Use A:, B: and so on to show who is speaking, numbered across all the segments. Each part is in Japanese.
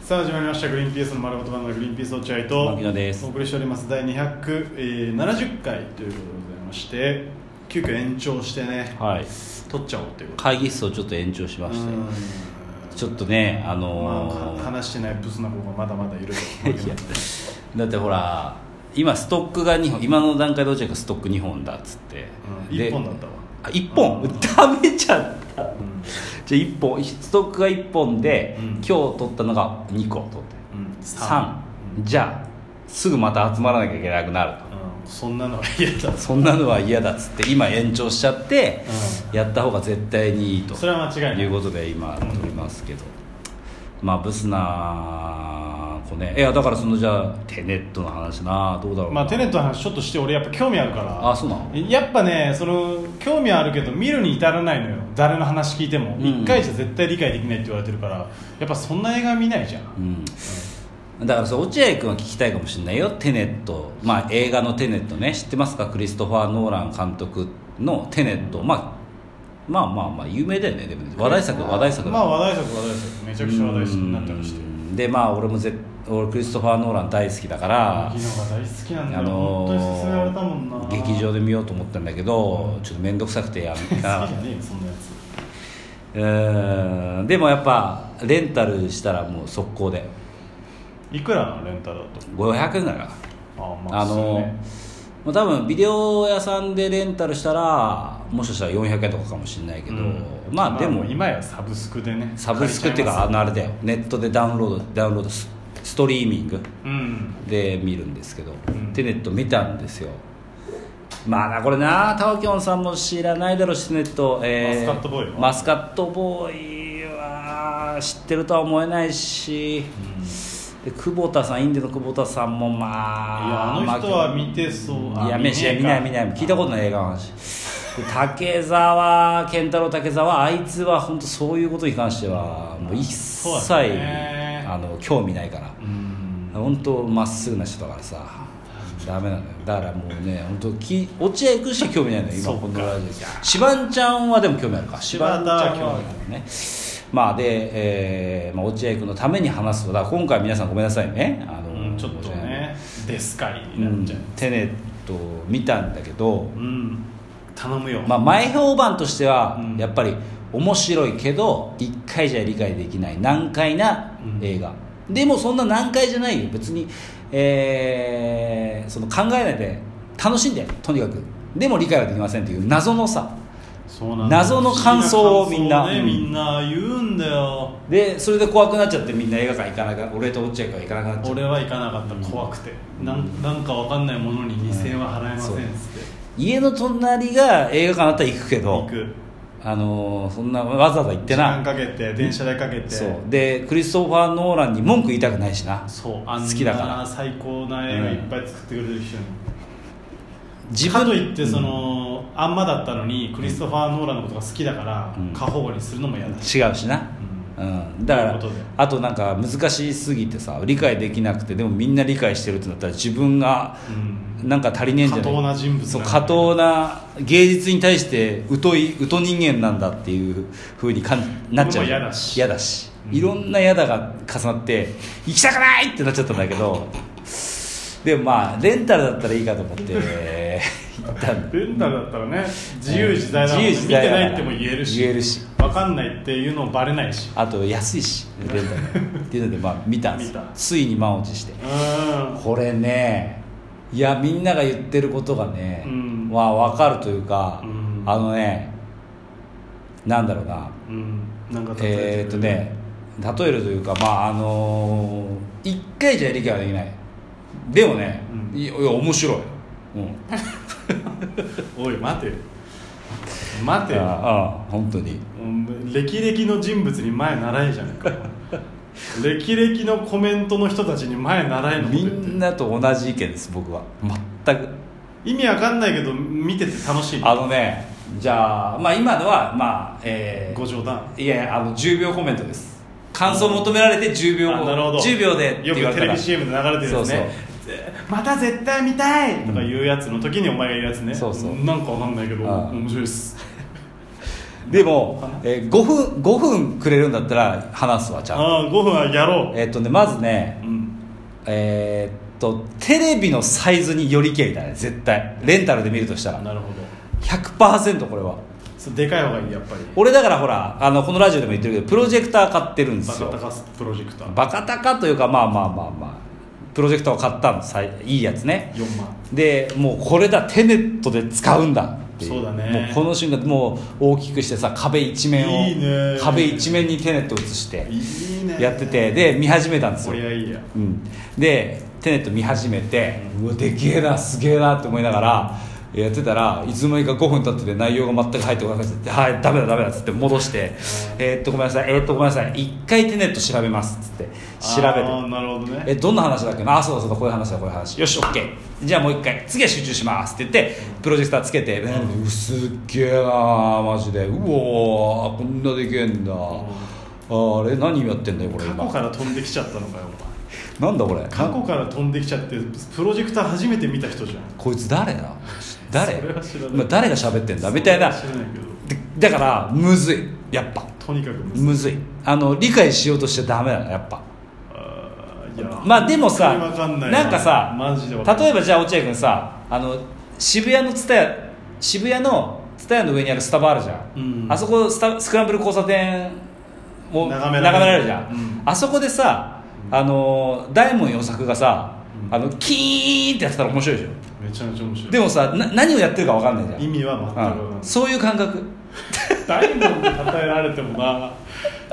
A: さあ始まりました「グリーンピースの丸ごとバナナグリーンピース落合」と
B: 牧野です
A: お送りしております第270回ということでございまして急遽延長してね、
B: はい、
A: 取っちゃおうということ
B: 会議室をちょっと延長しまし
A: うん
B: てちょっとねあの
A: まあ、
B: ー
A: 話してないブスな子がまだまだいると
B: いやだってほら今ストックが2本今の段階で落合君ストック2本だっつって、
A: うん
B: で
A: 一本だったわ
B: あ1本、
A: う
B: 食べちゃった
A: うん
B: じゃあ1本ストックが1本で、
A: うん
B: 今日取ったのが2個取って
A: うん
B: 3
A: うん
B: じゃあすぐまた集まらなきゃいけなくなる
A: うんそんなのは嫌だ
B: とそんなのは嫌だっつって今延長しちゃって、
A: う
B: やった方が絶対にいいと
A: それは間違いない
B: いうことで今撮りますけど、まあブスな子ねいやだからそのじゃあテネットの話などうだろうな
A: まあテネットの話ちょっとして俺やっぱ興味あるから
B: あそうなの
A: やっぱねその興味はあるけど見るに至らないのよ誰の話聞いても、
B: うん
A: 一1回じゃ絶対理解できないって言われてるからやっぱそんな映画見ないじゃん、
B: うんだからそう落合君は聞きたいかもしれないよテネットまあ映画のテネットね知ってますかクリストファー・ノーラン監督のテネット、まあ、まあまあまあ有名だよねでもね話題作話題作だ
A: まあ話題作話題作めちゃくちゃ話題作になってまして
B: うんでまあ俺もぜ俺クリストファー・ノーラン大好きだから
A: 昨日が大好きなんだよ、
B: あ
A: 本
B: の
A: 当に勧められたもんな
B: 劇場で見ようと思ったんだけどちょっと面倒くさくてやめ
A: 好
B: た
A: きじゃねえよそんなやつ
B: うんでもやっぱレンタルしたらもう速攻で
A: いくらのレンタルだと
B: 500円だから
A: ああまあ
B: あの、まあ、多分ビデオ屋さんでレンタルしたらもしかしたら400円とかかもしれないけど、まあでも
A: 今やサブスクでね
B: サブスクっていうか
A: 借
B: あ
A: りち
B: のあれだよネットでダウンロードダウンロードスストリーミング
A: ゃいますうん
B: で見るんですけど、
A: うん
B: テネット見たんですよまあなこれなタワキョンさんも知らないだろうしテネット、え
A: マスカットボーイは
B: マスカットボーイは知ってるとは思えないしで久保田さんインディの久保田さんもまあ
A: いやあの人は見てそうあ
B: いや
A: 見ね
B: めし
A: えか
B: 見ない見ない聞いたことない映画の話で竹澤健太郎竹澤あいつは本当そういうことに関してはもう一
A: そう
B: 切、
A: だね
B: あの興味ないから
A: うん
B: 本当まっすぐな人だからさダメなのよだからもうね本当き落合君しか興味ないのよ
A: そう
B: 今
A: か
B: このラジオでシバンちゃんはでも興味あるかシバンちゃんは興味あるねまあで、えーまあ、落合君のために話すとだから今回皆さんごめんなさいねあの、
A: うんちょっとねですかいにな
B: う
A: っ
B: ん
A: ちゃう、
B: テネットを見たんだけど、
A: うん、頼むよ、
B: まあ、前評判としては
A: うん
B: やっぱり面白いけど1回じゃ理解できない難解な
A: うん
B: 映画、でもそんな難解じゃないよ別に、えーその考えないで楽しんでとにかくでも理解はできませんという謎のさ
A: そうなんだ
B: 謎の感想をみんな
A: 不思議
B: う
A: 感
B: ん
A: 想をねみんな言うんだよ
B: でそれで怖くなっちゃってみんな映画館行かなく俺と落合君は行かなくなっちゃう
A: 俺は行かなかった、
B: うん
A: 怖くてなんなんかわかんないものに2000円は払えませんっつって、
B: 家の隣が映画館だったら行くけど
A: 行く
B: あのーそんなわざわざ行って
A: 時間
B: な
A: かけて電車代かけて
B: そうでクリストファー・ノーランに文句言いたくないしな
A: そうあんな
B: 好きだから
A: 最高な映画いっぱい作ってくれる人に、
B: 自
A: か
B: 分
A: といってその、あんまだったのにクリストファー・ノーランのことが好きだから、
B: うん
A: 過保護にするのも嫌だし、
B: 違うしな、うん、だから
A: ということで
B: あとなんか難しすぎてさ理解できなくてでもみんな理解してるってなったら自分が
A: うん
B: なんか足りねえんじゃない
A: 過当な人物なんだ
B: そう過当な芸術に対して疎い疎人間なんだっていうふうにかんなっちゃう
A: 俺も嫌だし
B: 嫌だし
A: うん
B: いろんな嫌だが重なって行きたくないってなっちゃったんだけどでもまあレンタルだったらいいかと思って 行ったんだ
A: レンタルだったらね自由自在だもんね、
B: 自由自
A: 見て
B: 在だから
A: ないっても言えるし
B: 言えるし
A: 分かんないっていうのもバレないし
B: あと安いしレンタルっていうのでまあ見たんです
A: 見た
B: ついに満を持して
A: うーん
B: これねいやみんなが言ってることがね、
A: うん
B: まあ分かるというか、
A: うん
B: あのねなんだろうな
A: うんなんか例
B: え
A: え
B: ー、ってと
A: くれる
B: ね例えるというかまああのー、1回じゃ理解はできないでもね、
A: うん
B: いやいや面白い、うん、
A: おい待てよ待てよ
B: ああ本当に
A: うん歴々の人物に前習えじゃないか歴々のコメントの人たちに前習えのこと
B: み
A: 言って
B: んなと同じ意見です僕は全く
A: 意味わかんないけど見てて楽しい
B: あのねじゃあまあ今のはまあえー
A: ご冗談
B: いやあの10秒コメントです感想求められて10秒
A: あなるほど
B: 10秒でって
A: よく
B: 言われ
A: テ
B: た
A: レ
B: ら
A: ビ CM で流れてるやつねぜまた絶対見たいとかいうやつの時にお前が言うやつね
B: そうそう
A: なんかわかんないけど
B: ああ
A: 面白いっす
B: でも
A: かな、
B: えー、5分5分くれるんだったら話すわちゃんと
A: ああ5分はやろ
B: えーっとねまずね
A: ううん
B: えーっとテレビのサイズによりけりだね絶対レンタルで見るとしたら
A: なるほど
B: 100%これは
A: そうでかい方がいいやっぱり
B: 俺だからほらあのこのラジオでも言ってるけどプロジェクター買ってるんで
A: バ
B: す
A: カ
B: よ
A: 高すプロジェクター
B: バカ高というかまあまあまあまあプロジェクターを買ったのさいいいやつね
A: 4万
B: でもうこれだテネットで使うんだってい
A: そうだね
B: もうこの瞬間もう大きくしてさ壁一面を
A: いいね
B: 壁一面にテネット映して
A: いいね
B: やっててで見始めたんです
A: こり
B: よ
A: ゃいいや
B: うん、でテネット見始めてうわでけえなすげえなって思いながらやってたらいつの間にか5分経ってて内容が全く入ってこなくて「はいダメだダメだ」っつって戻して「えーっとごめんなさいえーっとごめんなさい一回テネット調べます」っつって調べ
A: ああ
B: て
A: なるほどね
B: えどんな話だっけなあそうだそうだこういう話だこういう話よしオッケーじゃあもう一回次は集中しますって言ってプロジェクターつけて「うん、うすっげえなマジでうおーこんなでけえんだあれ何やってんだよこれ
A: 過
B: 今
A: 去から飛んできちゃったのかよお前
B: なんだこれ
A: 過去から飛んできちゃってプロジェクター初めて見た人じゃん
B: こいつ誰だ誰
A: それは知らない
B: 今誰が喋ってんだみたいな
A: それは知らないけど
B: でだからむずいやっぱ
A: とにかくむずい
B: むずいあの理解しようとしちゃダメなのやっぱ
A: あーいや
B: まあでもさ
A: わかんない
B: んかさ
A: マジでわかんない
B: 例えばじゃあ落合君さあの渋谷の蔦屋渋谷の蔦屋の上にあるスタバあるじゃ
A: う
B: ん、
A: ん
B: あそこスタスクランブル交差点を
A: 眺められる
B: るじゃん、
A: うん
B: あそこでさあの大門洋作がさあのキーンってやってたら面白いでしょ
A: めちゃめちゃ面白い
B: でもさな何をやってるか分かんないじゃん
A: 意味は全くわかん
B: う
A: なん
B: そういう感覚
A: い大門で例えられてもな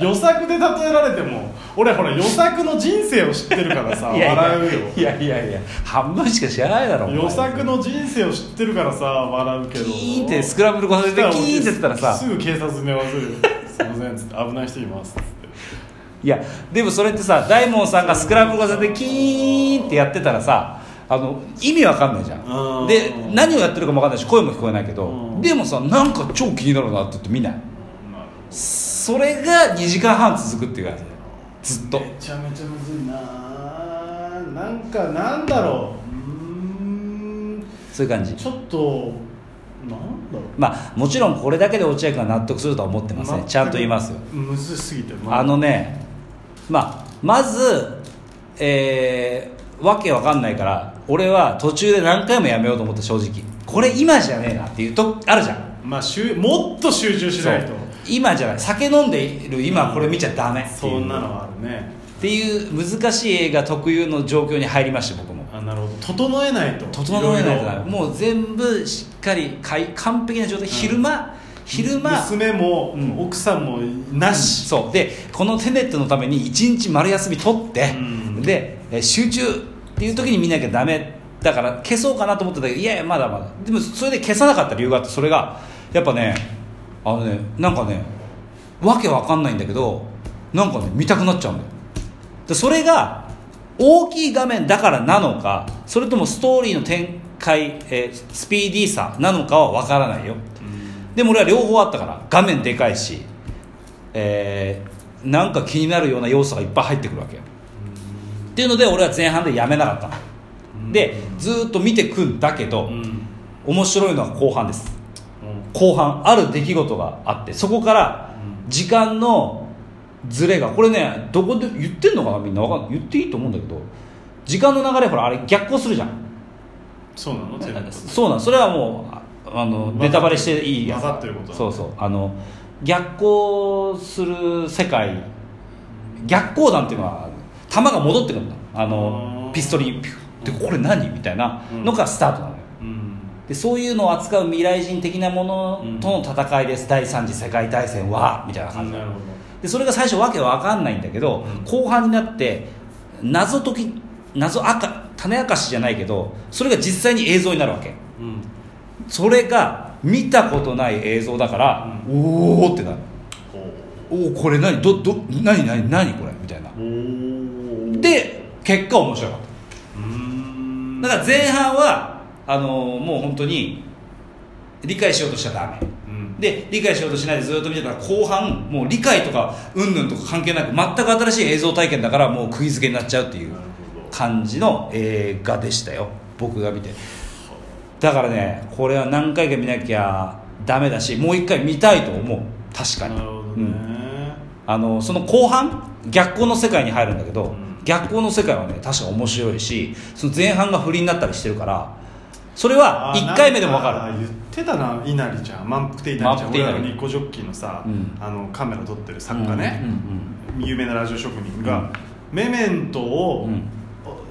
A: 予作で例えられても俺ほら予作の人生を知ってるからさ
B: いやいや
A: 笑うよ
B: いやいやいや半分しか知らないだろお前
A: 予作の人生を知ってるからさ笑うけ
B: キ
A: ど
B: ーンってスクランブル交差点でキーンってやってたらさ
A: すぐ警察に合わせるよすいませんっつって危ない人いますっつって
B: いやでもそれってさ大門さんがスクランブル交差点でキーンってやってたらさあの意味わかんないじゃ
A: うんん
B: で何をやってるかもわかんないし声も聞こえないけど
A: うん
B: でもさなんか超気になるなって言って見ない
A: まあ
B: それが2時間半続くっていう感じずっと
A: めちゃめちゃむずいななんかなんだろううーん
B: そういう感じ
A: ちょっとなんだろ
B: まあもちろんこれだけで落合君は納得するとは思って
A: う
B: ません
A: 全く
B: ちゃんと言いますよ
A: むずすぎて
B: あのね、まあ、まず、えーわけわかんないから俺は途中で何回もやめようと思った正直これ今じゃねえなっていうとあるじゃん
A: まあしゅもっと集中しないと
B: そう今じゃない酒飲んでいる今これ見ちゃダメって
A: そ
B: いうん
A: なのはあるね
B: っていう難しい映画特有の状況に入りました僕も
A: あなるほど整えないと
B: 整えない
A: ろ
B: と
A: ろ
B: ダメもう全部しっかりかい完璧な状態、昼間昼間
A: 娘も、
B: うん
A: 奥さんもなし、
B: そうでこのテネットのために一日丸休み取って、
A: うん
B: でえー集中っていう時に見なきゃダメだから消そうかなと思ってたけどいやいやまだまだでもそれで消さなかった理由があってそれがやっぱねあのねなんかねわけわかんないんだけどなんかね見たくなっちゃうんだよでそれが大きい画面だからなのかそれともストーリーの展開、えースピーディーさなのかはわからないよ
A: うん
B: でも俺は両方あったから画面でかいし、えーなんか気になるような要素がいっぱい入ってくるわけよっていうので俺は前半でやめなかった
A: うん
B: のでずーっと見てくんだけど、
A: うん
B: 面白いのは後半です
A: うん
B: 後半ある出来事があってそこから
A: う
B: 時間のズレがこれねどこで言ってんのかなみんなわかん言っていいと思うんだけど時間の流れほらあれ逆行するじゃん
A: そうなのテレビ
B: そうなんそれはもうああの
A: 分かっ
B: ネタバレしていいやつ
A: 分かってることだ
B: そうそうあの逆行する世界逆光弾っていうのは弾が戻ってくるんだあの
A: うん
B: ピストルにピュッてこれ何みたいなのがスタートなのよ
A: うん
B: でそういうのを扱う未来人的なものとの戦いです、第三次世界大戦はみたいな
A: あ
B: 感じ
A: なるほど
B: でそれが最初わけわかんないんだけど、
A: うん
B: 後半になって謎解き謎あか種明かしじゃないけどそれが実際に映像になるわけ
A: うん
B: それが見たことない映像だから、おおってなる
A: ほう
B: おおこれ何どど何何何これみたいな
A: おー
B: で結果面白かった
A: うーん
B: だから前半はあのーもう本当に理解しようとしちゃダメ
A: うん
B: で理解しようとしないでずっと見てたら後半もう理解とかうんぬんとか関係なく全く新しい映像体験だからもう釘付けになっちゃうっていう
A: なるほど
B: 感じの映画でしたよ僕が見てだからねこれは何回か見なきゃダメだしもう一回見たいと思う確かに
A: なるほど
B: う
A: ね、
B: んあのその後半逆光の世界に入るんだけど、
A: ん
B: 逆光の世界はね確か面白いしその前半が不利になったりしてるからそれは
A: あー
B: 1回目でも分
A: な
B: か
A: ん言
B: る
A: ってたな稲荷ちゃん満腹亭稲荷ちゃん
B: 満腹亭
A: 俺
B: 稲荷
A: らのニコジョッキーのさ、
B: うん
A: あのカメラ撮ってる作家
B: うんう
A: ね、
B: ん
A: 有名なラジオ職人が、メメントを、
B: うん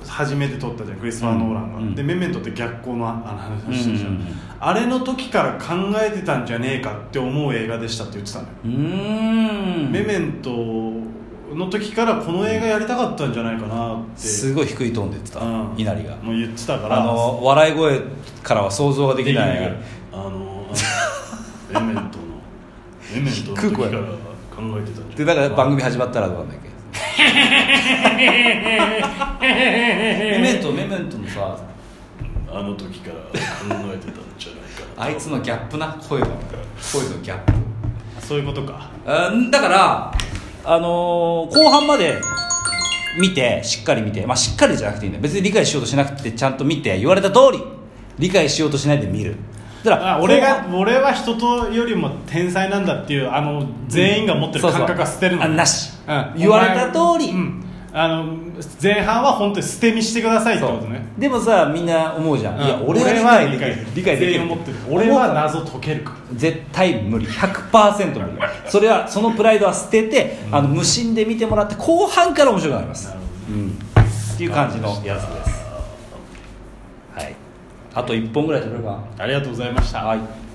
A: 初めて撮ったじゃんクリストファー・ノーランが、
B: うん
A: でメメントって逆光のああの話してるじゃん、
B: うんうんうん
A: あれの時から考えてたんじゃねえかって思う映画でしたって言ってたのよ、
B: うんうん
A: メメントの時からこの映画やりたかったんじゃないかなって
B: すごい低いトーンで言ってた、
A: うん
B: 稲荷が
A: もう言ってたから
B: あの笑い声からは想像ができない
A: あのエメン トのエメントの時から考えてたんじゃない
B: でだから番組始まったらどうなんだっけメメントメメントのさ
A: あの時から考えてたんじゃないか
B: あいつのギャップな声の声のギャップ
A: なそういうことか
B: あーだから、あのー後半まで見てしっかり見て、まあ、しっかりじゃなくていいんだよ別に理解しようとしなくてちゃんと見て言われた通り理解しようとしないで見るだから
A: あ俺
B: 後
A: が
B: 半
A: 俺は人とよりも天才なんだっていうあの全員が持ってる
B: そうそう
A: 感覚は捨てるの、
B: あなし
A: うん
B: 言われた通り
A: うんあの前半は本当に捨て身してくださいってことね
B: でもさみんな思うじゃん、いや
A: うん
B: 俺は理解できる理解で
A: 全
B: きる
A: 員持ってる俺は謎解けるから
B: 絶対無理100%無理それはそのプライドは捨てて、あの無心で見てもらって後半から面白くなります、うん、っていう感じのやつですはいあと1本ぐらい取れば
A: ありがとうございました
B: はい